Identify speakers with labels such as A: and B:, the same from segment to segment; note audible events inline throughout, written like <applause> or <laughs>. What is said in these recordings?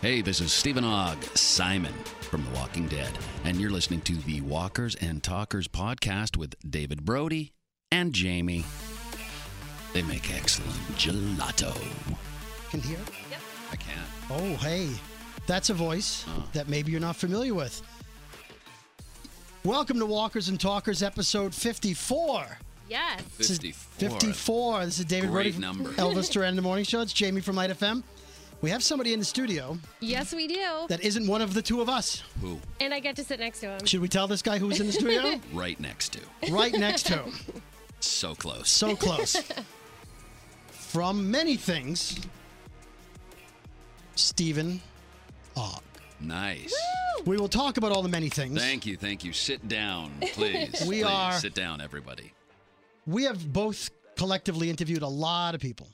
A: Hey, this is Stephen Ogg, Simon from The Walking Dead, and you're listening to the Walkers and Talkers podcast with David Brody and Jamie. They make excellent gelato.
B: Can hear?
A: I can't.
B: Oh, hey. That's a voice that maybe you're not familiar with. Welcome to Walkers and Talkers, episode 54.
C: Yes.
B: This is
A: 54.
B: 54. This is David
A: Great
B: Brody from
A: number.
B: <laughs> Elvis Duran, The Morning Show. It's Jamie from Light FM. We have somebody in the studio
C: Yes, we do.
B: that isn't one of the two of us.
A: Who?
C: And I get to sit next to him.
B: Should we tell this guy who's in
A: <laughs>
B: the studio?
A: Right next to.
B: right next to him.
A: So close.
B: So close. From many things, Stephen Ogg.
A: Nice.
B: We will talk about all the many things.
A: Thank you, thank you. Sit
B: <laughs>
A: down, please.
B: We
A: Please,
B: are-
A: Sit down, everybody.
B: we have both collectively interviewed a lot of people,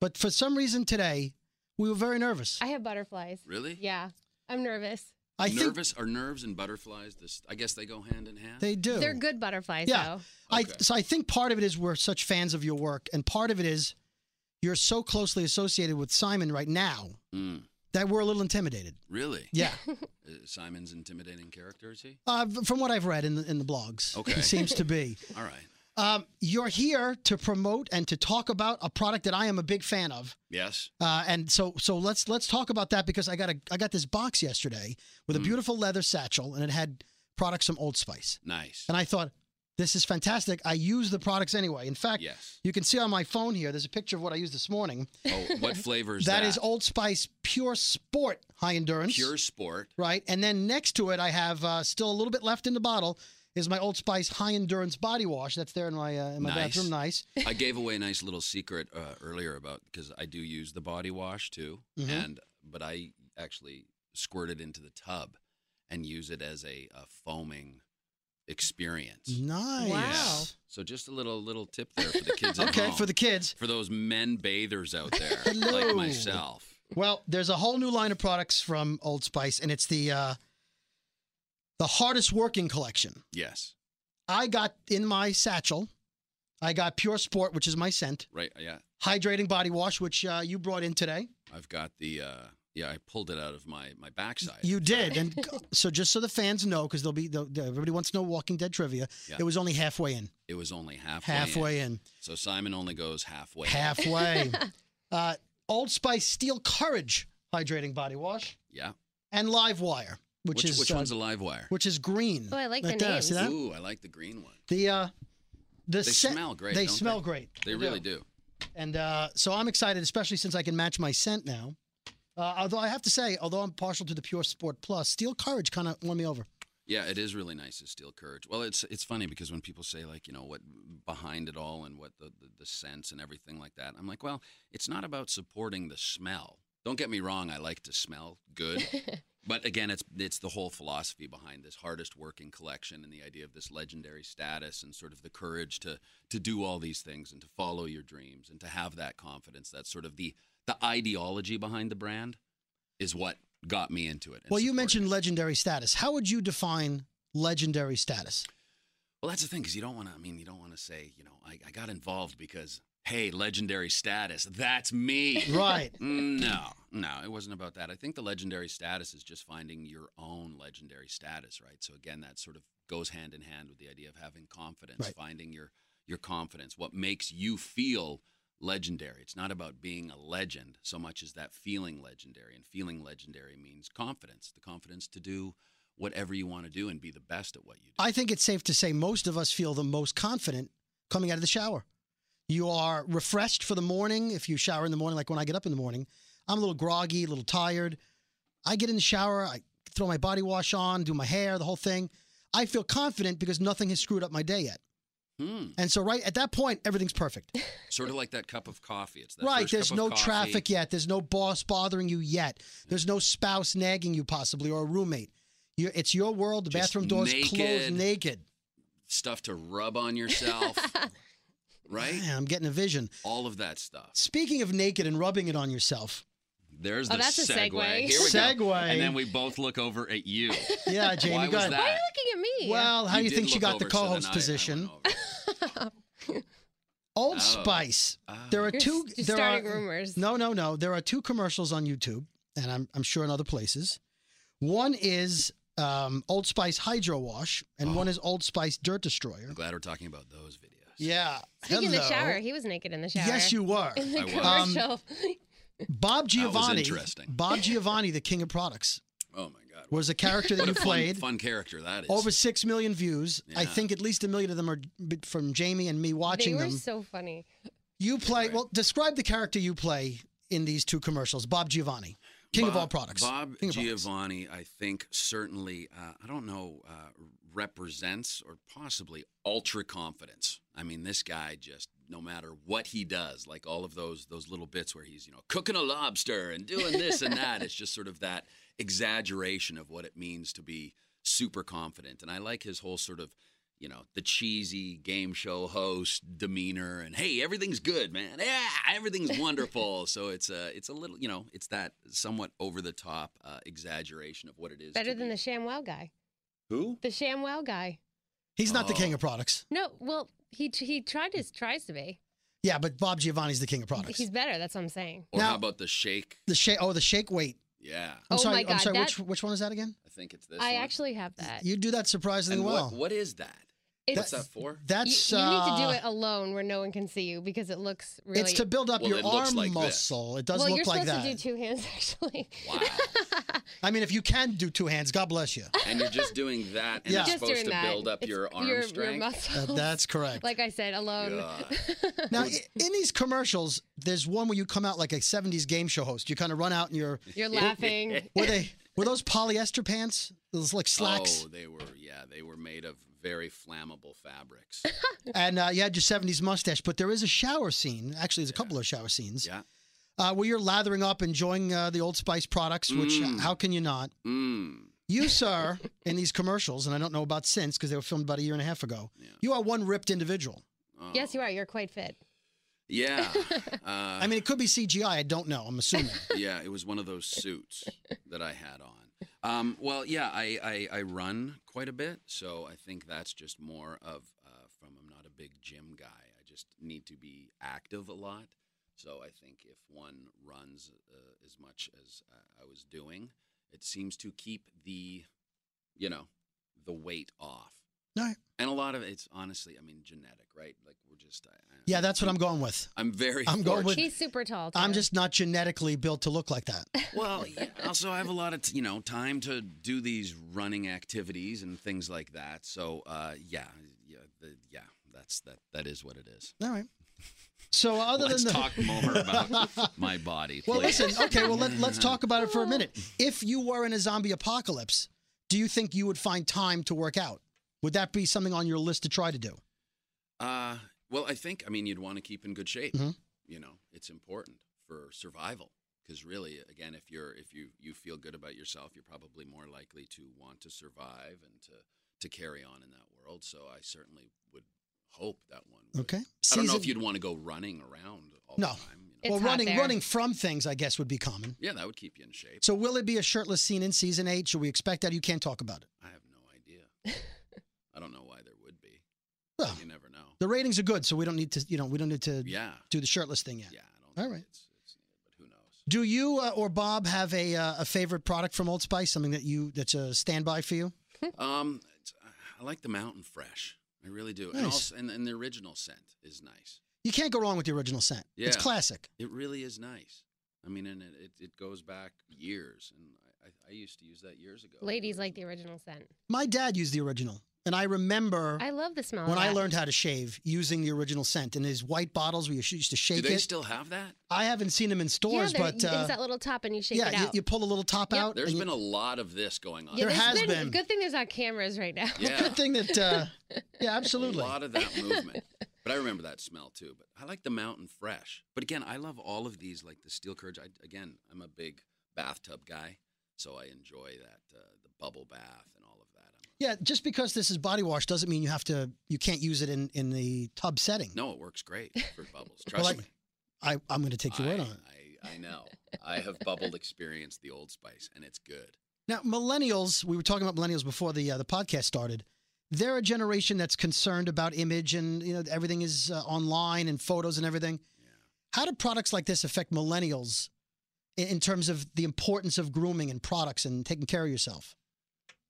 B: but for some reason today we were very nervous.
C: I have butterflies.
A: Really?
C: Yeah. I'm nervous.
B: I think
A: nervous are nerves and butterflies. This, I guess they go hand in hand.
B: they do.
C: They're good butterflies,
B: Yeah.
C: though.
B: I
A: Okay.
B: so I think part of it is we're such fans of your work, and part of it is you're so closely associated with Simon right now
A: Mm,
B: that we're a little intimidated.
A: really?
B: Yeah,
A: Uh, Simon's intimidating character, is he?
B: <laughs> uh, from what I've read in the, in the blogs,
A: Okay.
B: he seems to be.
A: All right.
B: Um, you're here to promote and to talk about a product that I am a big fan of.
A: Yes.
B: Uh, and so so let's let's talk about that because I got a I got this box yesterday with a
A: Mm.
B: beautiful leather satchel and it had products from Old Spice.
A: Nice.
B: And I thought this is fantastic. I use the products anyway. In fact,
A: Yes.
B: you can see on my phone here there's a picture of what I used this morning.
A: Oh,
B: <laughs>
A: what flavor is that?
B: that is Old Spice Pure Sport High Endurance.
A: pure sport.
B: Right? And then next to it I have uh, still a little bit left in the bottle is my Old Spice High Endurance body wash that's there in my uh, in my
A: Nice.
B: bathroom nice.
A: I gave away a nice little secret uh, earlier about because I do use the body wash too,
B: Mhm.
A: and but I actually squirt it into the tub and use it as a, a foaming experience.
B: Nice.
C: Wow.
A: So just a little little tip there for the
B: <laughs>
A: kids. at
B: Okay,
A: home.
B: for the kids.
A: for those men bathers out there
B: <laughs> Hello.
A: like myself.
B: Well, there's a whole new line of products from Old Spice, and it's the uh, the hardest working collection.
A: Yes.
B: I got in my satchel. I got Pure Sport, which is my scent,
A: Right. Yeah.
B: hydrating body wash, which uh, you brought in today.
A: I've got the. Uh, yeah, I pulled it out of my my backside.
B: You did, and
A: <laughs>
B: so just so the fans know, because they'll be they'll, everybody wants to know Walking Dead trivia.
A: Yeah.
B: It was only halfway in,
A: it was only halfway. in.
B: halfway in,
A: So Simon only goes halfway. in.
B: halfway.
A: <laughs>
B: uh, Old Spice Steel Courage hydrating body wash
A: Yeah.
B: and Live Wire, which,
A: Which,
B: is
A: which
B: uh,
A: one's a live wire?
B: which is green.
C: Oh, I like
B: right
C: the
B: there. See
C: names.
B: that?
A: Ooh, I like the green one.
B: The uh, the
A: They
B: scent-
A: smell great,
B: They
A: don't
B: smell
A: they?
B: great.
A: They really do.
B: And uh, so I'm excited, especially since I can match my scent now. Uh, although I have to say, although I'm partial to the Pure Sport Plus, Steel Courage kind of won me over.
A: Yeah, it is really nice to steal courage. Well, it's it's funny because when people say like you know what behind it all and what the the, the sense and everything like that, I'm like, well, it's not about supporting the smell. Don't get me wrong, I like to smell good, but again, it's it's the whole philosophy behind this hardest working collection and the idea of this legendary status and sort of the courage to to do all these things and to follow your dreams and to have that confidence. That's sort of the the ideology behind the brand is what got me into it. and
B: well, you
A: supported it.
B: mentioned legendary status. How would you define legendary status?
A: Well, that's the thing because you don't want to. I mean, you don't want to say, you know, I, I got involved because hey, legendary status. That's me.
B: Right.
A: Mm, no, no, it wasn't about that. I think the legendary status is just finding your own legendary status, right? So again, that sort of goes hand in hand with the idea of having confidence,
B: Right.
A: finding your your confidence, what makes you feel legendary. It's not about being a legend so much as that feeling legendary, and feeling legendary means confidence, the confidence to do whatever you want to do and be the best at what you do.
B: I think it's safe to say most of us feel the most confident coming out of the shower. You are refreshed for the morning. If you shower in the morning, like when I get up in the morning, I'm a little groggy, a little tired. I get in the shower, I throw my body wash on, do my hair, the whole thing. I feel confident because nothing has screwed up my day yet.
A: Hmm.
B: And so, right at that point, everything's perfect.
A: Sort of like that cup of coffee. It's that
B: right.
A: first
B: There's
A: cup of
B: no
A: coffee.
B: traffic yet. There's no boss bothering you yet. There's no spouse nagging you, possibly, or a roommate. you it's your world. The
A: Just
B: bathroom door's closed
A: naked.
B: naked.
A: Stuff to rub on
B: <laughs>
A: yourself, right?
B: Man, I'm getting a vision.
A: All of that stuff.
B: Speaking of naked and rubbing it on yourself,
A: There's
C: Oh,
A: the
C: that's a
A: segue.
C: segue.
A: Here we go.
B: Segue.
A: And then we both look over at you. <laughs>
B: yeah, Jamie,
A: Why
B: go
A: was
B: ahead.
C: Why are
A: that?
C: you looking at me?
B: Well, how do you
A: did
B: think she
A: look
B: got the
A: over, so then
B: co-host
A: I- I went
B: position?
A: over.
B: Old
A: Oh.
B: Spice.
A: Ah,
B: There are
C: You're
B: two.
C: s- just
B: there
C: starting
B: are
C: rumors.
B: no, no, no. There are two commercials on YouTube. and I'm, I'm sure in other places. One is um, Old Spice Hydro Wash, and
A: Oh.
B: one is Old Spice Dirt Destroyer.
A: I'm glad we're talking about those videos.
B: Yeah.
C: Speaking of the
B: hello.
C: shower, he was naked in the shower. <laughs>
B: Yes, you were.
C: In the
A: I was.
C: commercial.
B: Bob
A: That was
B: Giovanni.
A: interesting.
B: Bob Giovanni, the king of products,
A: Oh my God.
B: was a character
A: <laughs> What
B: that you
A: a fun-
B: played.
A: Fun, character that is.
B: Over six million views. I
A: Yeah.
B: think at least a million of them are b- from Jamie and me watching
C: they were
B: them.
C: so funny.
B: You play
A: Right.
B: well. Describe the character you play in these two commercials. Bob Giovanni, king of
A: Bob-
B: all products.
A: Bob
B: King of products.
A: Giovanni, I think, certainly, uh, I don't know, uh, represents or possibly ultra confidence. I mean, this guy just, no matter what he does, like all of those those little bits where he's, you know, cooking a lobster and doing this and
B: <laughs>
A: that, it's just sort of that exaggeration of what it means to be super confident. And I like his whole sort of you know, the cheesy game show host demeanor and hey, everything's good, man. Yeah,
C: <laughs>
A: everything's wonderful. so it's a it's a little, you know, it's that somewhat over the top uh, exaggeration of what it is.
C: Better
A: to
C: than the
A: be-
C: ShamWow guy.
A: who?
C: The ShamWow guy.
B: He's not the
A: Oh.
B: king of products.
C: No, well, he he tried his tries to be.
B: Yeah, but Bob Giovanni's the king of products.
C: He's better. That's what I'm saying.
A: Or
B: Now-
A: how about the shake?
B: the shake. Oh, the shake weight.
A: Yeah,
B: I'm
C: Oh
B: sorry.
C: my
B: I'm
C: God,
B: sorry.
C: that-
B: Which which one is that again?
A: I think it's this.
C: I
A: one.
C: actually have that.
B: You do that surprisingly
A: And
B: well.
A: what what is that?
C: It's-
A: What's that
C: <laughs>
A: for?
B: That's
C: you, you need to
B: uh,
C: do it alone where no one can see you because it looks really.
B: It's to build up
A: Well,
B: your
A: it looks
B: arm
A: like this.
B: muscle. It does
C: well,
B: look
C: you're
B: like
C: supposed
B: that.
C: to do two hands <laughs> actually.
A: Wow.
B: I mean, if you can do two hands, God bless
C: <laughs>
B: you.
A: and you're just doing that, and
B: Yeah.
A: it's
C: Just
A: supposed
C: doing
A: to
C: that.
A: build up
C: It's
A: your arm
C: your,
A: strength.
C: Your
B: That-
C: muscles.
B: Uh, that's correct.
C: like I said, alone.
A: God.
B: now, i- in these commercials, there's one where you come out like a '70s game show host. You kind of run out in your
A: <laughs>
C: You're laughing.
B: were they were those polyester pants? Those like slacks,
A: Oh, they were yeah, they were made of very flammable fabrics.
B: <laughs> and uh, you had your '70s mustache. But there is a shower scene. Actually, there's a couple of shower scenes
A: Yeah.
B: uh, where you're lathering up, enjoying uh, the Old Spice products. Which uh,
A: Mm.
B: how can you not?
A: Mm. <laughs>
B: You, sir, in these commercials, and I don't know about since because they were filmed about a year and a half ago.
A: Yeah.
B: You are one ripped individual.
A: Oh.
C: Yes, you are. You're quite fit. <laughs>
A: Yeah. Uh,
B: I mean, it could be CGI. I don't know. I'm assuming.
A: <laughs> yeah, it was one of those suits that I had on. Um, well, yeah, I, I, I run quite a bit, so I think that's just more of uh, from I'm not a big gym guy. I just need to be active a lot. So I think if one runs uh, as much as uh, I- I was doing, it seems to keep the, you know, the weight off.
B: All right.
A: And a lot of it's honestly, I mean, genetic, right? Like we're just. I, I-
B: Yeah, that's what I'm going with.
A: I'm very.
B: I'm going with-
A: fortunate.
C: He's super tall. Too.
B: I'm just not genetically built to look like that.
A: Well, yeah, also I have a lot of t- you know time to do these running activities and things like that. So uh, yeah, yeah, the, yeah, that's that that is what it is. <laughs>
B: All right. So other
A: Let's
B: than the,
A: talk more
B: <laughs>
A: about <laughs> my body.
B: well,
A: please.
B: listen. Okay, well let,
A: <laughs>
B: let's talk about it for a minute. If you were in a zombie apocalypse, do you think you would find time to work out? Would that be something on your list to try to do?
A: Uh, well, I think I mean you'd want to keep in good shape.
B: Mhm.
A: You know, it's important for survival because really, again, if you're if you you feel good about yourself, you're probably more likely to want to survive and to to carry on in that world. So I certainly would hope that one. Would.
B: Okay.
A: I don't know
B: Season-
A: if you'd want to go running around all
B: No.
A: the time. You know?
C: It's
B: well,
C: hot
B: running
C: there.
B: running from things, I guess, would be common.
A: yeah, that would keep you in shape.
B: So will it be a shirtless scene in season eight? Should we expect that? You can't talk about it.
A: I have no
B: <laughs>
A: idea. I don't know why there would be.
B: Well,
A: You never know.
B: the ratings are good, so we don't need to. You know, we don't need to
A: Yeah,
B: do the shirtless thing yet.
A: yeah. I don't.
B: All
A: think
B: right.
A: It's, it's, but who knows?
B: Do you uh, or Bob have a uh, a favorite product from Old Spice? Something that you that's a standby for you?
A: Um, it's- I like the mountain fresh. I really do. And,
B: Nice.
A: also, and and the original scent is nice.
B: You can't go wrong with the original scent. It's
A: Yeah.
B: classic.
A: It really is nice. I mean, and it, it, it goes back years, and I, I, I used to use that years ago.
C: Ladies like the original scent.
B: My dad used the original, and I remember
C: I love the smell.
B: when
C: of
B: I
C: that.
B: learned how to shave using the original scent in these white bottles where you sh- used to
A: Do
B: shake
A: they
B: it.
A: still have that?
B: I haven't seen them in
C: yeah,
B: stores,
C: there-
B: but uh,
C: it's that little top and you shake
B: yeah,
C: it
B: you,
C: out.
B: you pull a little top
C: Yep.
B: out.
A: There's
B: and you-
A: been a lot of this going on.
C: Yeah,
B: There
C: there's
B: has been.
C: Good thing there's not cameras right now.
A: yeah.
B: good thing that
A: <laughs>
B: uh, yeah, absolutely.
A: A lot of that
B: <laughs>
A: movement. But I remember that smell too. But I like the mountain fresh. But again, I love all of these, like the steel courage. I, again, I'm a big bathtub guy, so I enjoy that uh, the bubble bath and all of that. I'm
B: yeah, just because this is body wash doesn't mean you have to. You can't use it in in the tub setting.
A: a- no, it works great for bubbles.
B: <laughs> Well,
A: Trust me.
B: I, I I'm going to take your word
A: I,
B: on it.
A: I, I know. I have bubbled experienced the Old Spice, and it's good.
B: Now, millennials, we were talking about millennials before the uh, the podcast started. They're a generation that's concerned about image and you know everything is uh, online and photos and everything.
A: Yeah.
B: How do products like this affect millennials in, in terms of the importance of grooming and products and taking care of yourself?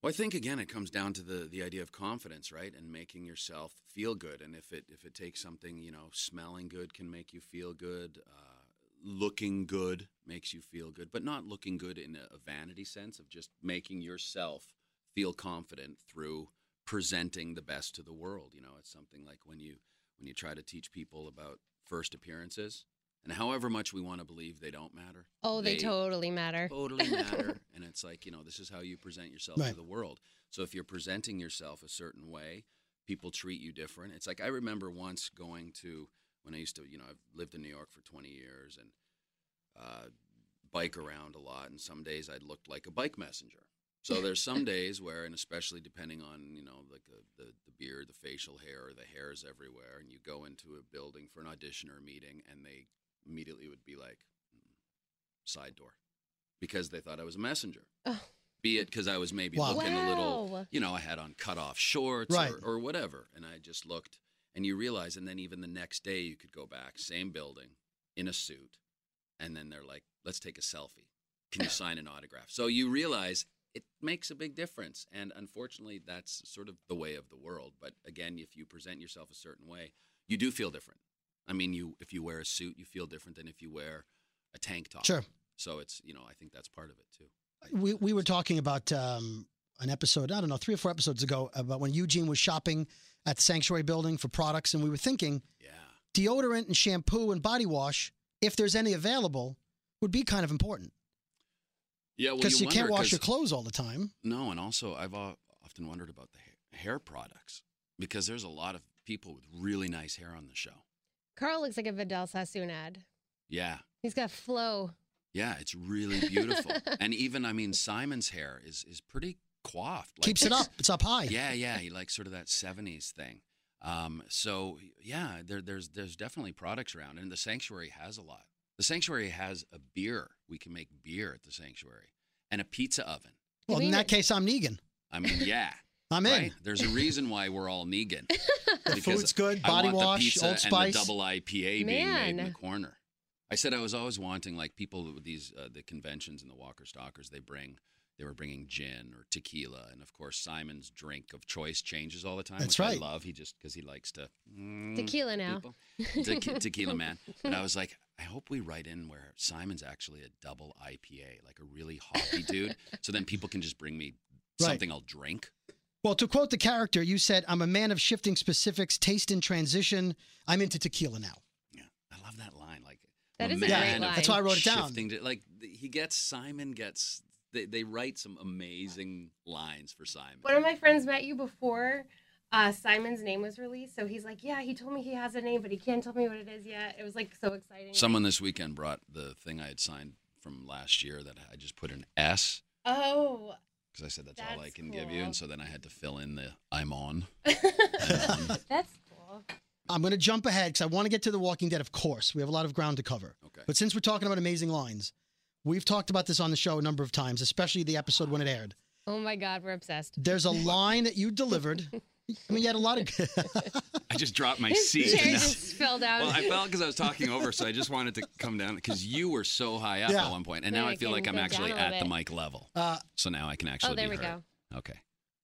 A: Well, I think again it comes down to the the idea of confidence, right? And making yourself feel good. And if it if it takes something, you know, smelling good can make you feel good. Uh, looking good makes you feel good, but not looking good in a, a vanity sense of just making yourself feel confident through presenting the best to the world. You know, it's something like when you when you try to teach people about first appearances, and however much we want to believe they don't matter.
C: <laughs> Oh, they, totally matter.
A: totally matter. and it's like, you know, this is how you present yourself
B: Right.
A: to the world. So if you're presenting yourself a certain way, people treat you different. It's like I remember once going to when I used to, you know, I've lived in New York for 20 years and uh, bike around a lot. And some days I'd looked like a bike messenger. So there's some days where, and especially depending on you know like the, the the beard, the facial hair, the hairs everywhere, and you go into a building for an audition or a meeting, and they immediately would be like, "Mm, side door, because they thought I was a messenger.
C: Oh.
A: Be it because I was maybe
B: Wow.
A: looking a little,
C: Wow.
A: you know, I had on cut off shorts
B: Right.
A: or, or whatever, and I just looked, and you realize, and then even the next day you could go back, same building, in a suit, and then they're like, let's take a selfie.
B: <laughs>
A: Can you sign an autograph? So you realize it makes a big difference. And unfortunately, that's sort of the way of the world. But again, if you present yourself a certain way, you do feel different. I mean, you if you wear a suit, you feel different than if you wear a tank top.
B: Sure.
A: So it's you know I think that's part of it too.
B: we, we were talking about um, an episode, I don't know, three or four episodes ago, about when Eugene was shopping at the Sanctuary building for products, and we were thinking
A: Yeah.
B: deodorant and shampoo and body wash, if there's any available, would be kind of important
A: Yeah. Well,
B: because you, can't
A: wonder,
B: wash
A: 'cause-
B: your clothes all
A: <laughs>
B: the time.
A: No, and also I've uh, often wondered about the hair, hair products because there's a lot of people with really nice hair on the show.
C: Carl looks like a Vidal Sassoon ad.
A: Yeah.
C: He's got flow.
A: Yeah, it's really
B: <laughs>
A: beautiful. and even I mean Simon's hair is is pretty coiffed. Like,
B: Keeps it up. It's up high.
A: <laughs> Yeah, yeah, he likes sort of that '70s thing. Um, so yeah, there, there's there's definitely products around, and the sanctuary has a lot. The sanctuary has a beer. We can make beer at the sanctuary, and a pizza oven.
B: Well,
C: You
B: in
C: mean
B: that
C: it-
B: case, I'm Negan.
A: I mean, yeah,
B: <laughs> I'm in.
A: right. There's a reason why we're all Negan.
B: <laughs> The
A: Because
B: food's good.
A: I
B: Body
A: want the
B: wash,
A: pizza
B: Old Spice.
A: and the double IPA being made in
C: Man.
A: the corner. I said I was always wanting like people with these uh, the conventions and the Walker Stalkers they bring they were bringing gin or tequila and of course Simon's drink of choice changes all the time.
B: That's
A: which
B: right.
A: I love. He just because he likes to mm,
C: Tequila now.
A: people.
C: <laughs>
A: Tequi- tequila man. And I was like, I hope we write in where Simon's actually a double IPA, like a really hoppy dude, so then people can just bring me
B: Right.
A: something I'll drink.
B: Well, to quote the character, you said, I'm a man of shifting specifics, taste in transition. I'm into tequila now.
A: Yeah, I love that line. Like
C: That is a
B: great
A: man of
C: line.
B: That's why I wrote it down.
A: shifting to- like th- he gets Simon gets they, they write some amazing lines for Simon.
C: One of my friends met you before uh, Simon's name was released, so he's like, "Yeah, he told me he has a name, but he can't tell me what it is yet." It was like so exciting.
A: Someone this weekend brought the thing I had signed from last year that I just put an S
B: <laughs>
C: oh, <laughs>
A: because I said that's, all I
C: That's
A: can give you,
C: cool.
A: and so then I had to fill in the I'm on.
C: that's cool.
B: I'm going to jump ahead because I want to get to The Walking Dead, of course. We have a lot of ground to cover.
A: Okay.
B: But since we're talking about amazing lines, we've talked about this on the show a number of times, especially the episode when it aired.
C: Oh my God, we're obsessed.
A: <laughs>
B: There's a line that you delivered. I mean, you had a lot of.
A: I just dropped my
C: His
A: seat. <laughs>
C: chair
A: and now-
C: just fell down.
A: Well, I felt because I was talking over, so I just wanted to come down because you were so high up
B: Yeah.
A: at one point, and
C: Then
A: now
C: I
A: I feel
C: can
A: like I'm
C: go
A: actually
C: down a
A: at the
C: bit.
A: mic level,
B: <laughs> uh,
A: so now I can actually.
C: oh, there
A: be
C: we
A: heard.
C: go.
A: Okay.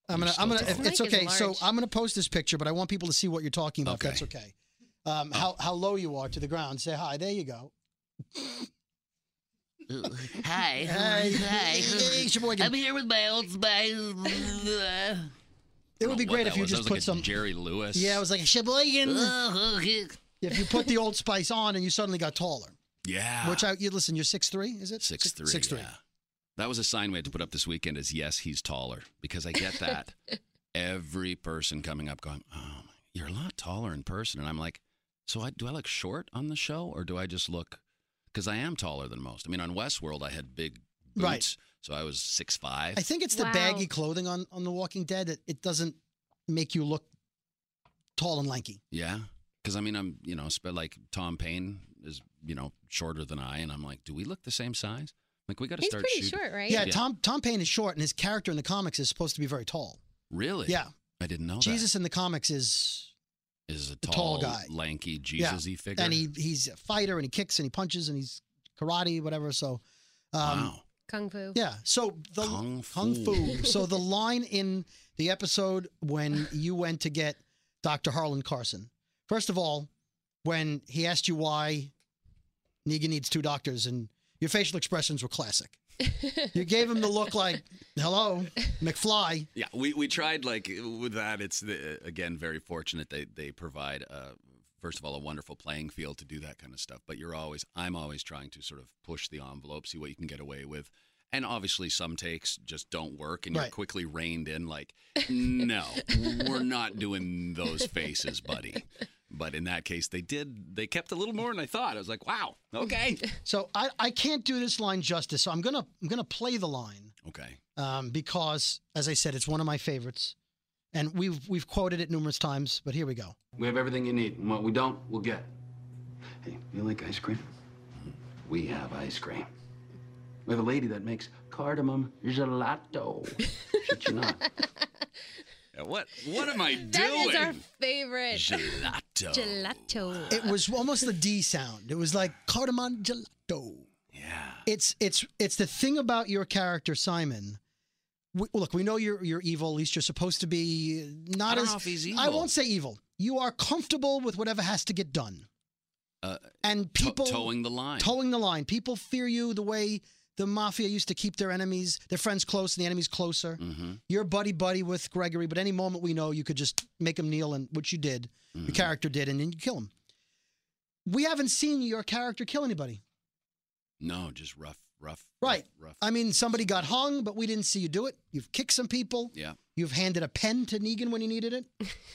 B: I'm gonna, I'm gonna.
A: You're still
B: If, it's
C: tall. Mic is
B: okay. So
C: large.
B: I'm gonna post this picture, but I want people to see what you're talking about. if
A: Okay.
B: That's okay. Um, how how low you are to the ground. Say hi. There you go.
D: Hi.
B: Hey,
D: Hi.
B: it's your boy.
D: I'm here with my old spice.
B: It would be
A: What
B: great
A: that
B: if you
A: was. That was
B: just put
A: like a
B: some.
A: Jerry Lewis.
B: Yeah, it was like Sheboygan.
D: oh, okay.
B: if you put the old spice on and you suddenly got taller,
A: yeah.
B: which I you listen, you're six three, is it?
A: Ah. six three.
B: Six three.
A: Yeah. That was a sign we had to put up this weekend. Is yes, he's taller because I get
B: <laughs>
A: that every person coming up going, oh, my- you're a lot taller in person, and I'm like, so I, do I look short on the show or do I just look? Because I am taller than most. I mean, on Westworld, I had big boots,
B: Right.
A: so I was six five.
B: I think it's the
C: Wow.
B: baggy clothing on on The Walking Dead that it doesn't make you look tall and lanky.
A: Yeah. Because I mean, I'm, you know, spe- like Tom Payne is, you know, shorter than I. And I'm like, do we look the same size? Like, we got to
C: He's
A: start
C: pretty
A: shooting.
C: short, right?
B: Yeah,
A: Yeah.
B: Tom Tom Payne is short, and his character in the comics is supposed to be very tall.
A: Really?
B: Yeah,
A: I didn't know
B: Jesus in the comics is,
A: that. Is a
B: the
A: tall,
B: tall guy.
A: lanky, Jesus y figure.
B: and he he's a fighter, and he kicks, and he punches, and he's karate, whatever. So Um,
A: wow.
C: Kung Fu.
B: Yeah. So the
A: Kung fu.
B: Kung Fu. so the line in the episode when you went to get Dr. Harlan Carson. First of all, when he asked you why Negan needs two doctors and your facial expressions were classic. You gave him the look like,
A: <laughs>
B: "Hello, McFly."
A: Yeah, we, we tried like with that. It's the, again very fortunate they they provide uh, first of all a wonderful playing field to do that kind of stuff. But you're always I'm always trying to sort of push the envelope, see what you can get away with. And obviously, some takes just don't work, and
B: Right.
A: you're quickly reined in. Like, no, we're not doing those faces, buddy. But in that case, they did. They kept a little more than I thought. I was like, wow,
B: <laughs>
A: okay,
B: So I, I can't do this line justice. So I'm gonna I'm gonna play the line
A: okay.
B: um, because, as I said, it's one of my favorites, and we've we've quoted it numerous times. But here we go.
E: We have everything you need, and what we don't, we'll get. Hey, you like ice cream? We have ice cream. We have a lady that makes cardamom gelato. Should you not?
A: Yeah, What what am I doing?
C: That is our favorite.
A: Gelato.
C: Gelato.
B: It was almost the D sound. It was like cardamom gelato.
A: Yeah.
B: It's it's it's the thing about your character Simon. We, look, we know you're you're evil. At least you're supposed to be not
A: I don't
B: as
A: know if he's
B: I
A: evil.
B: won't say evil. You are comfortable with whatever has to get done.
A: Uh,
B: and
A: To-
B: people
A: towing the line.
B: towing the line. People fear you the way the mafia used to keep their enemies, their friends close and the enemies closer.
A: hmm
B: You're buddy buddy with Gregory, but any moment we know you could just make him kneel, and which you did,
A: mm-hmm.
B: your character did, and then you kill him. We haven't seen your character kill anybody.
A: No, just rough, rough.
B: Right.
A: Rough. rough.
B: I mean, somebody got hung, but we didn't see you do it. You've kicked some people.
A: yeah.
B: You've handed a pen to Negan when he needed it.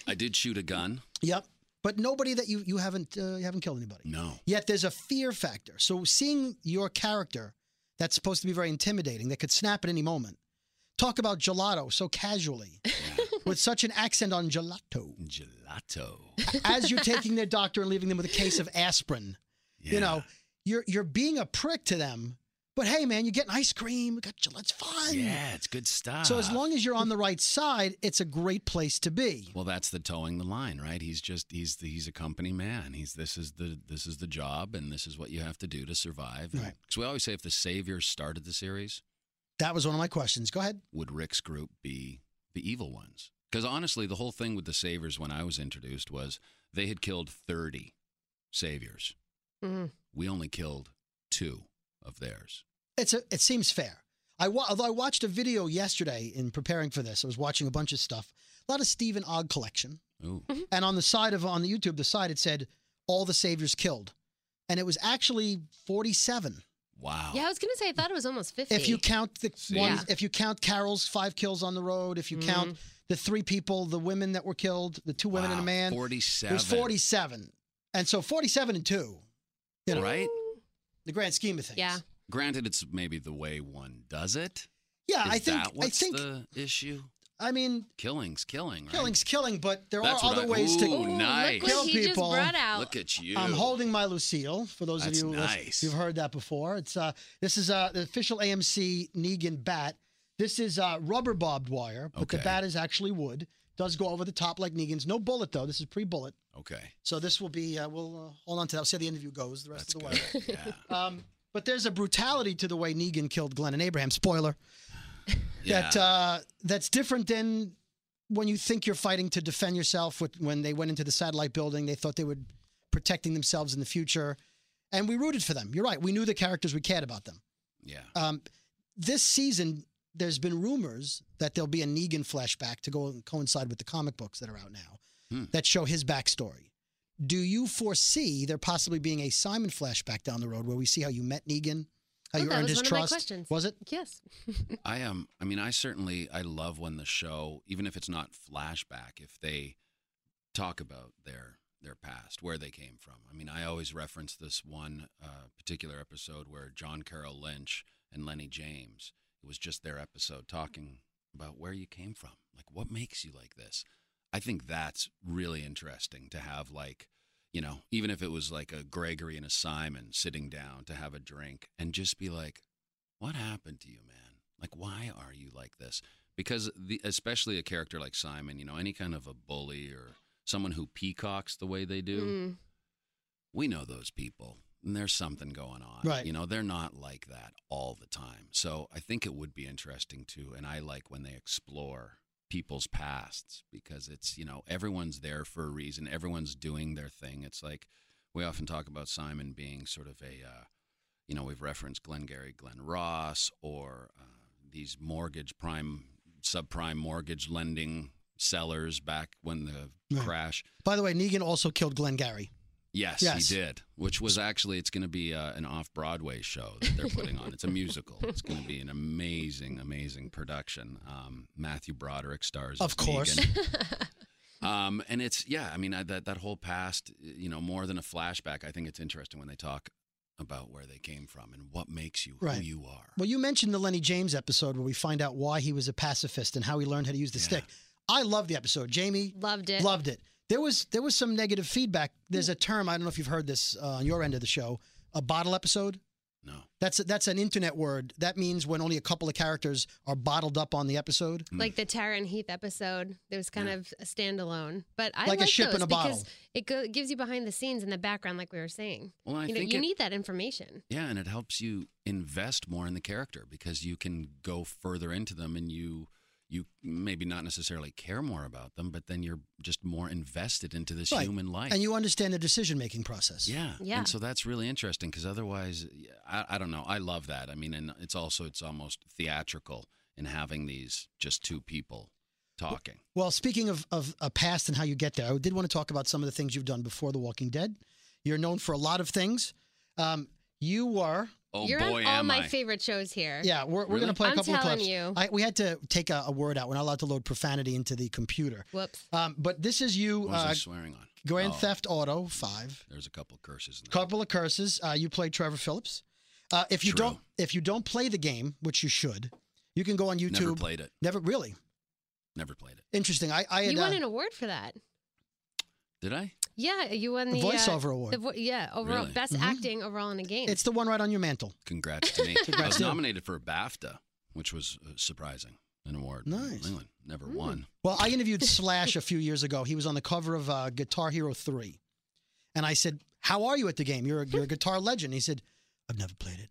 A: I did shoot a gun.
B: Yep. But nobody that you you haven't uh, you haven't killed anybody.
A: <laughs> No.
B: Yet there's a fear factor. So seeing your character that's supposed to be very intimidating, that could snap at any moment, talk about gelato so casually, with such an accent on gelato,
A: <laughs> Gelato.
B: as you're taking their doctor and leaving them with a case of aspirin. You know, you're you're being a prick to them. But hey, man, you're getting ice cream. We got gelato. It's
A: Yeah.
B: fun.
A: Yeah, it's good stuff.
B: So as long as you're on the right side, it's a great place to be.
A: well, that's the towing the line, right? He's just he's the, he's a company man. He's this is the this is the job, and this is what you have to do to survive.
B: Right.
A: Because we always say if the savior started the series,
B: That was one of my questions. Go ahead.
A: would Rick's group be the evil ones? Because honestly, the whole thing with the saviors when I was introduced was they had killed thirty saviors.
C: Mhm.
A: We only killed two of theirs.
B: It's a, it seems fair. I wa- although I watched a video yesterday in preparing for this. I was watching a bunch of stuff, a lot of Stephen Ogg collection,
A: Ooh.
B: and on the side of on the YouTube, the side it said all the saviors killed, and it was actually forty-seven
A: Wow.
C: Yeah, I was gonna say I thought it was almost fifty.
B: if you count the
A: See?
B: ones,
C: Yeah. Mm-hmm.
B: if you count Carol's five kills on the road, if you count the three people, the women that were killed, the two women and a
A: Wow,
B: man, it
A: 47.
B: was forty-seven, and so forty-seven and two, you know,
A: Right?
B: the grand scheme of things.
C: Yeah.
A: Granted, it's maybe the way one does it.
B: yeah.
A: Is
B: I think
A: that
B: I
A: what's
B: think
A: the issue?
B: I mean.
A: Killing's killing, right?
B: Killing's killing, but there
A: That's
B: are
A: what
B: other
A: I-
B: ways
A: Ooh,
B: to.
C: Ooh,
A: nice.
C: Look
B: Kill
C: what he just
B: people.
C: brought out.
A: Look at you.
B: I'm holding my Lucille. For those
A: That's
B: of you who
A: nice.
B: you've heard that before. It's uh, this is uh, the official AMC Negan bat. This is uh, rubber bobbed wire, but the
A: Okay.
B: bat is actually wood. Does go over the top like Negan's. No bullet though. This is pre-bullet,
A: Okay.
B: so this will be. Uh, we'll uh, hold on to that. We'll see how the interview goes the rest
A: That's
B: of the
A: good.
B: way.
A: yeah.
B: Um, but there's a brutality to the way Negan killed Glenn and Abraham. Spoiler.
A: yeah.
B: <laughs> That uh, that's different than when you think you're fighting to defend yourself. With, when they went into the satellite building, they thought they were protecting themselves in the future, and we rooted for them. You're right. We knew the characters. We cared about them.
A: yeah.
B: Um, this season, there's been rumors that there'll be a Negan flashback to go and coincide with the comic books that are out now
A: Hmm.
B: that show his backstory. Do you foresee there possibly being a Simon flashback down the road where we see how you met Negan, how
C: Oh,
B: you
C: that
B: earned
C: was
B: his
C: one of my
B: trust?
C: questions.
B: Was it?
C: Yes.
A: I am. I mean, I certainly I love when the show, even if it's not flashback, if they talk about their their past, where they came from. I mean, I always reference this one uh, particular episode where John Carroll Lynch and Lenny James. It was just their episode talking about where you came from, like what makes you like this. I think that's really interesting to have like you know, even if it was like a Gregory and a Simon sitting down to have a drink and just be like, what happened to you, man? Like, why are you like this? Because the, especially a character like Simon, you know, any kind of a bully or someone who peacocks the way they do,
C: Mm.
A: we know those people. there's something going on.
B: Right.
A: You know, they're not like that all the time. So I think it would be interesting too. And I like when they explore people's pasts because it's, you know, everyone's there for a reason. Everyone's doing their thing. It's like we often talk about Simon being sort of a, uh, you know, we've referenced Glengarry Glen Ross or uh, these mortgage prime, subprime mortgage lending sellers back when the
B: Right.
A: crash.
B: By the way, Negan also killed Glenn Gary.
A: Yes,
B: Yes.
A: he did. Which was actually, it's going to be uh, an off Broadway show that they're putting on. It's a musical. It's going to be an amazing, amazing production. Um, Matthew Broderick stars.
B: Of
A: as
B: course. <laughs>
A: Negan. um, and it's, yeah, I mean, I, that, that whole past, you know, more than a flashback, I think it's interesting when they talk about where they came from and what makes you
B: Right.
A: who you are.
B: Well, you mentioned the Lenny James episode where we find out why he was a pacifist and how he learned how to use the
A: Yeah.
B: stick. I love the episode. Jamie
F: Loved it.
B: loved it. There was there was some negative feedback. There's a term I don't know if you've heard this uh, on your end of the show. A bottle episode.
A: No.
B: That's that's an internet word. That means when only a couple of characters are bottled up on the episode.
F: like the Tara and Heath episode. There was kind
A: Yeah.
F: of a standalone, but I
B: Like
F: like,
B: a ship
F: those
B: in a
F: because
B: bottle.
F: it go- gives you behind the scenes and the background, like we were saying.
A: Well, I
F: you know,
A: think
F: you
A: it-
F: need that information.
A: Yeah, and it helps you invest more in the character because you can go further into them and you you maybe not necessarily care more about them, but then you're just more invested into this
B: Right.
A: human life.
B: And you understand the decision making process.
A: yeah.
F: Yeah.
A: And so that's really interesting because otherwise, yeah, I, I don't know. I love that. I mean, and it's also, it's almost theatrical in having these just two people talking.
B: Well, speaking of, of a past and how you get there, I did want to talk about some of the things you've done before The Walking Dead. You're known for a lot of things. Um, you were,
A: Oh,
F: You're
A: boy,
F: on all
A: am
F: my
A: I.
F: favorite shows here.
B: yeah, we're, we're going to
A: Really?
B: play a
F: I'm
B: couple of
F: telling
B: clips.
F: you.
B: I, we had to take a, a word out. We're not allowed to load profanity into the computer.
F: Whoops.
B: Um, but this is you,
A: what was I
B: uh,
A: swearing on?
B: Grand
A: Oh,
B: Theft Auto 5.
A: There's a couple curses in there.
B: couple of curses. Uh, you played Trevor Phillips. Uh, if you
A: True.
B: don't, if you don't play the game, which you should, you can go on YouTube.
A: Never played it.
B: Never- really
A: Never played it.
B: interesting. I, I had,
F: You won
B: uh,
F: an award for that.
A: Did I?
F: Yeah, you won
B: the
F: the, uh,
B: voiceover award.
F: the vo- yeah, overall
A: Really?
F: best
B: Mhm.
F: acting overall in a game.
B: it's the one right on your mantle.
A: Congrats to me. I
B: <laughs> Congrats
A: was
B: to you.
A: nominated for a BAFTA, which was uh, surprising, an award. in
B: Nice. Hmm.
A: England. Never won.
B: Well,
F: <laughs>
B: I interviewed Slash a few years ago. He was on the cover of uh, Guitar Hero 3. And I said, How are you at the game? You're
F: <laughs>
B: a, you're a guitar legend. He said, I've never played it.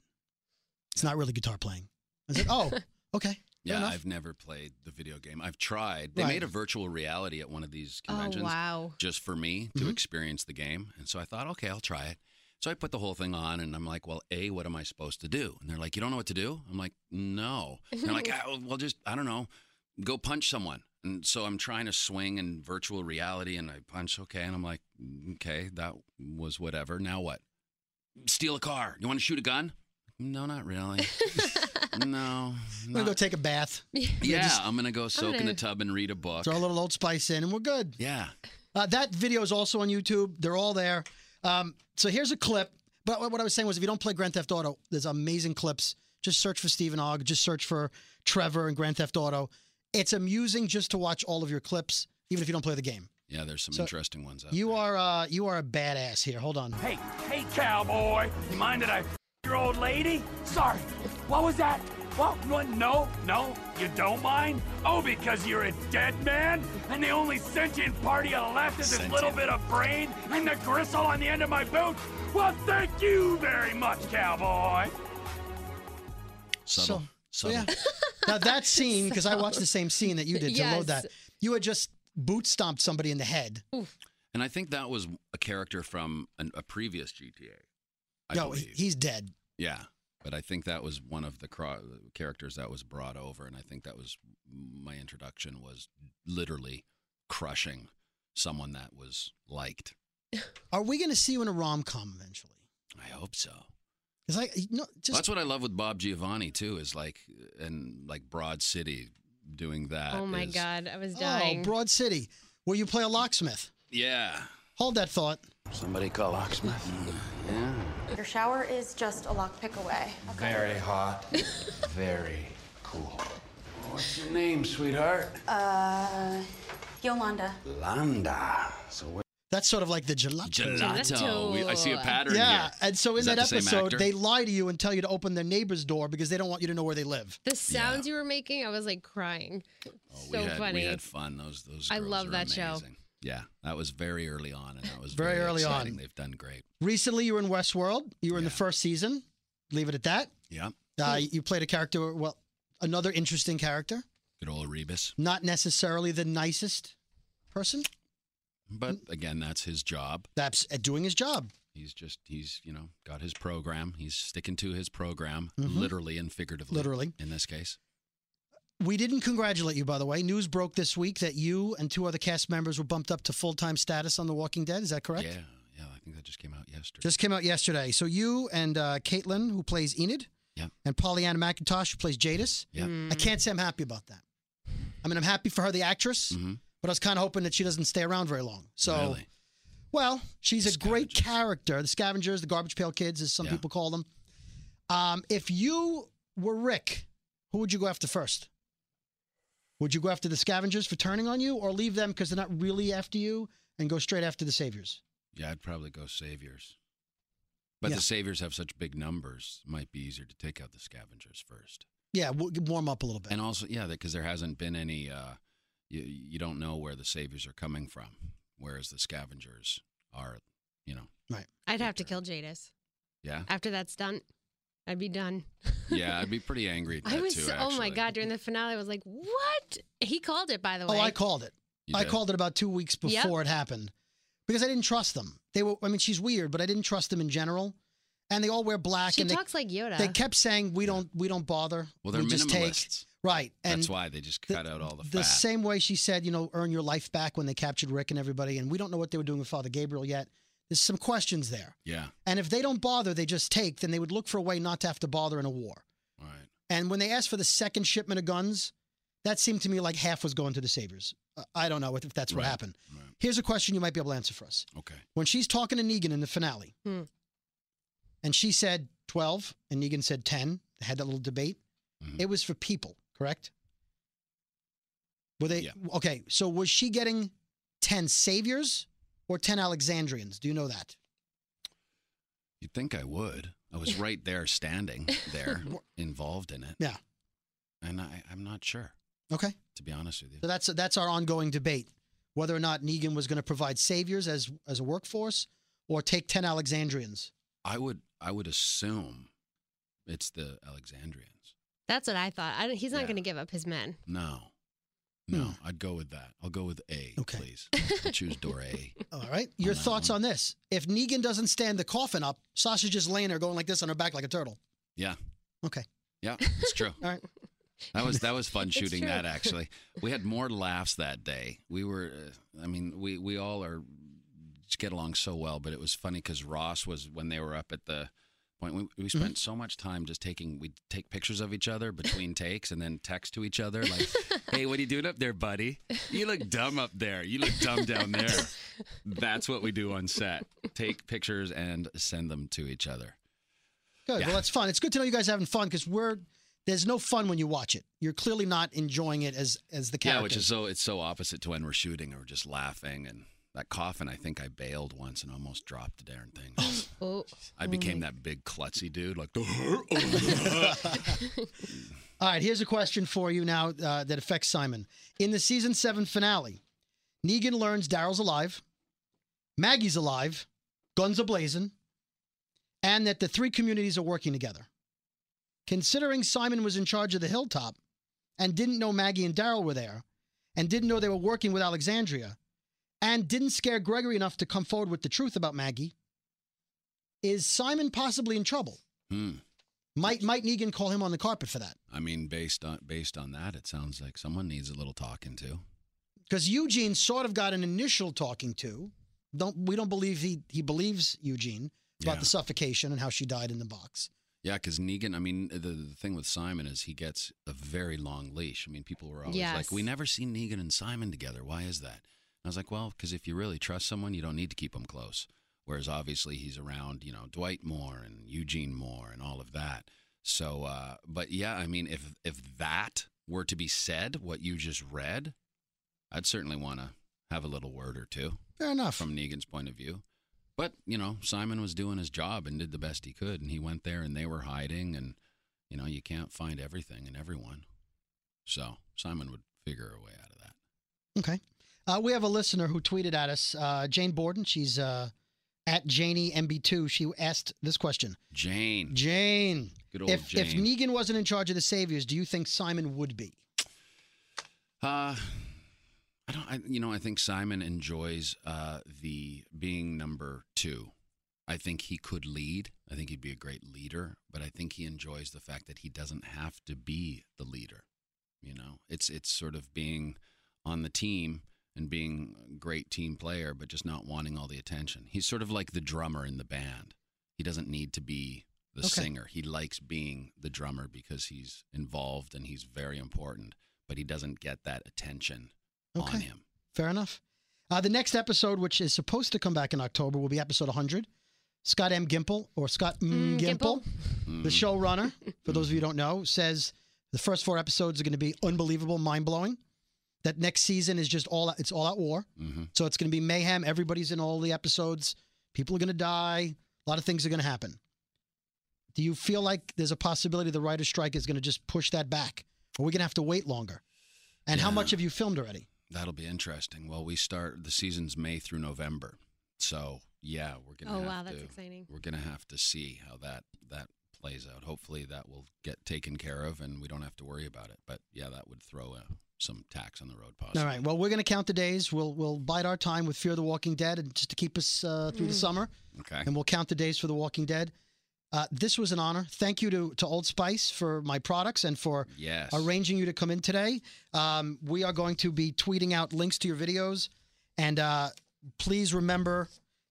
B: It's not really guitar playing. I said,
F: <laughs>
B: Oh, okay.
A: Yeah,
B: enough.
A: I've never played the video game. I've tried. They
B: Right.
A: made a virtual reality at one of these
F: oh
A: conventions
F: wow.
A: just for me to
B: Mhm.
A: experience the game. And so I thought, okay, I'll try it. So I put the whole thing on and I'm like, well, A, what am I supposed to do? And they're like, you don't know what to do? I'm like, no. And they're
B: <laughs>
A: like, oh, well, just, I don't know, go punch someone. And so I'm trying to swing in virtual reality and I punch, okay. And I'm like, okay, that was whatever. Now what? Steal a car. You want to shoot a gun? No, not
B: <laughs>
A: really.
F: <laughs>
A: no.
B: I'm going to go
A: not-
B: take a bath,
A: yeah, I'm going to go soak in
F: gonna-
A: the tub and read a book.
B: throw a little Old Spice in, and we're good.
A: Yeah.
B: Uh, that video is also on YouTube. They're all there. Um, so here's a clip. But what what I was saying was, if you don't play Grand Theft Auto, there's amazing clips. Just search for Stephen Ogg. Just search for Trevor and Grand Theft Auto. It's amusing just to watch all of your clips, even if you don't play the game.
A: Yeah, there's some
B: So
A: interesting ones out
B: You
A: there.
B: are uh, you are a badass here. Hold on.
G: Hey, hey, cowboy. You mind that I f- your old lady? Sorry. What was that? What? what? No, no, you don't mind? Oh, because you're a dead man? And the only sentient part of you left is this little
A: Sentient.
G: bit of brain and the gristle on the end of my boot? Well, thank you very much, cowboy.
A: subtle.
B: So
A: subtle.
B: yeah. now that scene, because I watched the same scene that you did to load
F: Yes.
B: that. You had just boot stomped somebody in the head.
A: And I think that was a character from an, a previous GTA. I
B: no, he-
A: believe.
B: he's dead.
A: yeah, but I think that was one of the cro- characters that was brought over, and I think that was my introduction was literally crushing someone that was liked.
B: Are we going to see you in a rom com eventually?
A: I hope so.
B: Because I no, just
A: That's what I love with Bob Giovanni too. Is like and like Broad City doing that.
F: oh my
A: is-
F: god, I was
B: oh,
F: dying.
B: Broad City, where you play a locksmith.
A: Yeah.
B: Hold that thought.
E: Somebody call locksmith. yeah.
H: Your shower is just a lock pick away.
E: Very hot. Very cool. What's your name, sweetheart?
H: Uh, Yolanda.
E: Landa. So where
B: That's sort of like the gelato.
A: Gelato. We, I see a
F: Gelato.
A: pattern
B: Yeah,
A: here.
B: and so in
A: Is
B: that,
A: that the same
B: episode,
A: actor?
B: they lie to you and tell you to open their neighbor's door because they don't want you to know where they live.
F: the sounds you were making, I was like crying.
A: Oh,
F: so
A: we had,
F: funny.
A: We had fun. Those those.
F: I
A: girls
F: love
A: are
F: that show.
A: amazing. Yeah, that was very early on, and that was
B: Very
A: very,
B: early
A: exciting.
B: on.
A: They've done great.
B: Recently, you were in Westworld. You were in the
A: Yeah. Hmm.
B: first season. Leave it at that.
A: Yeah,
B: Uh, you played a character, well, another interesting character.
A: good old Rebus.
B: Not necessarily the nicest person.
A: But
B: Mm.
A: again, that's his job.
B: That's at doing his job.
A: He's just he's you know got his program. He's sticking to his program,
B: Mhm.
A: literally and figuratively.
B: Literally.
A: in this case.
B: We didn't congratulate you, by the way. News broke this week that you and two other cast members were bumped up to full time status on The Walking Dead. Is that correct?
A: Yeah, yeah. I think that just came out yesterday.
B: Just came out yesterday. So you and uh, Caitlin, who plays Enid,
A: Yeah.
B: and Pollyanna McIntosh, who plays Jadis.
A: yeah.
B: I can't say I'm happy about that. I mean, I'm happy for her, the actress,
A: Mhm.
B: but I was kind of hoping that she doesn't stay around very long. So,
A: Really?
B: well, she's
A: The
B: a great
A: scavengers.
B: character. The scavengers, the garbage pail kids, as some
A: Yeah.
B: people call them. Um, if you were Rick, who would you go after first? Would you go after the scavengers for turning on you, or leave them because they're not really after you, and go straight after the saviors?
A: Yeah, I'd probably go Saviors. But
B: Yeah.
A: the Saviors have such big numbers, it might be easier to take out the Scavengers first.
B: Yeah, w- warm up a little bit.
A: And also, yeah, because there hasn't been any, uh, you, you don't know where the Saviors are coming from, whereas the Scavengers are, you know.
F: I'd have to kill Jadis
A: Yeah.
F: after that stunt. I'd be done.
A: Yeah, I'd be pretty angry at that
F: <laughs> I was.
A: too.
F: so- oh my
A: actually.
F: god! During the finale, I was like, "What?" He called it, by the way.
B: oh, I called it.
A: You
B: I
A: did?
B: called it about two weeks
F: Yep.
B: before it happened because I didn't trust them. They were, I mean, she's weird, but I didn't trust them in general. And they all wear black,
F: She
B: and they,
F: talks like Yoda.
B: they kept saying we don't, we don't bother.
A: Well, they're
B: we just take
A: minimalists.
B: right. And
A: That's why they just cut out all the,
B: the
A: fat.
B: same way she said, you know, earn your life back when they captured Rick and everybody, and we don't know what they were doing with Father Gabriel yet. There's some questions there.
A: yeah.
B: And if they don't bother, they just take. Then they would look for a way not to have to bother in a war.
A: All right.
B: And when they asked for the second shipment of guns, that seemed to me like half was going to the Sabres. Uh, I don't know if if that's what
A: Right,
B: happened.
A: right.
B: Here's a question you might be able to answer for us.
A: Okay.
B: When she's talking to Negan in the finale,
F: Hmm.
B: and she said 12, and Negan said 10, they had that little debate.
A: Mhm.
B: It was for people, correct? Were they
A: Yeah.
B: okay? So was she getting 10 saviors or 10 Alexandrians? Do you know that?
A: You'd think I would. I was right there, standing there,
B: <laughs>
A: involved in it.
B: Yeah.
A: And I, I'm not sure,
B: Okay.
A: to be honest with you.
B: So that's that's our ongoing debate whether or not Negan was going to provide saviors as as a workforce or take 10 Alexandrians.
A: I would I would assume it's the Alexandrians.
F: That's what I thought. I don't, he's not
A: Yeah.
F: going to give up his men.
A: No. No, I'd go with that. I'll go with A,
B: Okay.
A: please. I'll choose door A.
B: All right. Your
A: that
B: thoughts
A: one.
B: on this? If Negan doesn't stand the coffin up, Sausage is laying there going like this on her back like a turtle.
A: Yeah.
B: Okay.
A: Yeah, it's true.
B: All right.
A: That was that was fun shooting
F: true.
A: that actually. We had more laughs that day. We were uh, I mean, we we all are just get along so well, but it was funny cuz Ross was when they were up at the point we, we spent so much time just taking we'd take pictures of each other between takes and then text to each other like, "Hey, what are you doing up there, buddy? You look dumb up there. You look dumb down there." That's what we do on set. Take pictures and send them to each other.
B: Good.
A: Yeah.
B: Well, that's fun. It's good to know you guys are having fun because we're there's no fun when you watch it. You're clearly not enjoying it as as the character.
A: Yeah, which is so it's so opposite to when we're shooting and we're just laughing and that coffin. I think I bailed once and almost dropped the darn thing.
F: Oh,
A: <laughs> I became that big klutzy dude, like <laughs>
B: All right, here's a question for you now uh, that affects Simon. In the season seven finale, Negan learns Daryl's alive, Maggie's alive, guns are blazing, and that the three communities are working together. Considering Simon was in charge of the hilltop and didn't know Maggie and Daryl were there, and didn't know they were working with Alexandria, and didn't scare Gregory enough to come forward with the truth about Maggie, is Simon possibly in trouble?
A: Hmm.
B: Might might Negan call him on the carpet for that?
A: I mean, based on based on that, it sounds like someone needs a little talking to.
B: because Eugene sort of got an initial talking to. Don't we don't believe he he believes Eugene about
A: Yeah.
B: the suffocation and how she died in the box.
A: Yeah, because Negan. I mean, the, the thing with Simon is he gets a very long leash. I mean, people were always like,
F: Yes.
A: "We never see Negan and Simon together. Why is that?" And I was like, "Well, because if you really trust someone, you don't need to keep them close." Whereas obviously he's around, you know, Dwight Moore and Eugene Moore and all of that. So, uh, but yeah, I mean, if if that were to be said, what you just read, I'd certainly want to have a little word or two
B: Fair enough.
A: from Negan's point of view. But, you know, Simon was doing his job and did the best he could. And he went there and they were hiding. And, you know, you can't find everything and everyone. So Simon would figure a way out of that.
B: Okay. Uh, we have a listener who tweeted at us, uh, Jane Borden. She's uh, at Janie MB2. She asked this question
A: Jane.
B: Jane,
A: Good old
B: if, if
A: Jane.
B: Negan wasn't in charge of the Saviors, do you think Simon would be?
A: Uh, I don't. I, you know, I think Simon enjoys uh, the being number two. I think he could lead. I think he'd be a great leader, but I think he enjoys the fact that he doesn't have to be the leader. You know, it's it's sort of being on the team and being a great team player, but just not wanting all the attention. He's sort of like the drummer in the band. He doesn't need to be the
B: Okay.
A: singer. He likes being the drummer because he's involved and he's very important, but he doesn't get that attention
B: Okay.
A: on him.
B: Fair enough. Uh, the next episode, which is supposed to come back in October, will be episode 100. Scott M. Gimple, or Scott M.
F: Mm,
B: Gimple,
F: Gimple.
A: Mm-hmm.
B: the showrunner, for those of you who don't know, says the first four episodes are going to be unbelievable, mind blowing. That next season is just all it's all out war.
A: Mhm.
B: So it's going to be mayhem. Everybody's in all the episodes. People are going to die. A lot of things are going to happen. Do you feel like there's a possibility the writer's strike is going to just push that back? Or we are going to have to wait longer? And how
A: Yeah.
B: much have you filmed already?
A: That'll be interesting. Well, we start the season's May through November, so yeah, we're gonna.
F: Oh,
A: have
F: wow, that's
A: to-
F: exciting.
A: We're gonna have to see how that that plays out. Hopefully, that will get taken care of, and we don't have to worry about it. But yeah, that would throw a, some tax on the road, possibly.
B: All right. Well, we're going to count the days. We'll we'll bide our time with Fear of the Walking Dead, and just to keep us uh, through the summer,
A: Okay.
B: and we'll count the days for the Walking Dead. Uh, this was an honor. Thank you to to Old Spice for my products and for
A: Yes.
B: arranging you to come in today. Um, we are going to be tweeting out links to your videos, and uh, please remember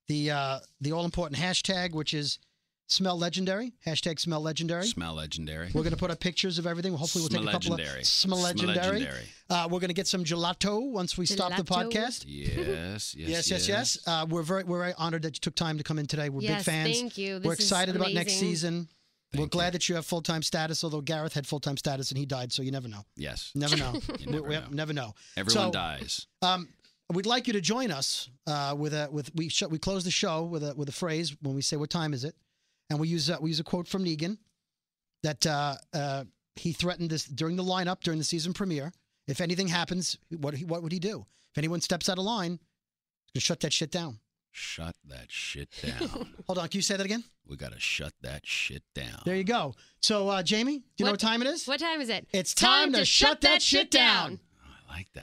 B: the uh, the all important hashtag, which is smell legendary. Hashtag smell legendary.
A: Smell legendary.
B: We're going to put up pictures of everything. Hopefully, we'll take a couple of
A: Smell-legendary.
B: smell legendary.
A: Smell-legendary.
B: Uh, we're going to get some gelato once we stop the
F: Gelato.
B: podcast. <laughs>
A: Yes. Yes.
B: Yes, yes, yes. Uh, we're very, we're very honored that you took time to come in today. We're big
F: Yes,
B: fans.
F: thank you.
B: we're
F: This is
B: excited about next
F: amazing.
B: season. we're
A: Thank
B: glad
A: you.
B: that you have full time status, although Gareth had full time status and he died, so you
F: <laughs>
B: never know.
A: Yes.
B: Never know.
A: You never
B: we, we
A: know.
B: never know.
A: Everyone
B: So-
A: dies.
B: Um, we'd like you to join us uh, with a with we sh- we close the show with a with a phrase when we say what time is it, and we use uh, we use a quote from Negan that uh, uh, he threatened this during the lineup during the season premiere. If anything happens, what he, what would he do? If anyone steps out of line, he's gonna shut that shit down.
A: Shut that
B: <laughs>
A: shit down.
B: Hold on, can you say that again?
A: we gotta shut that shit down.
B: There you go. So uh, Jamie, do you know what
F: What-
B: time it is?
F: What time is it?
B: It's time to shut that shit down.
A: I like that.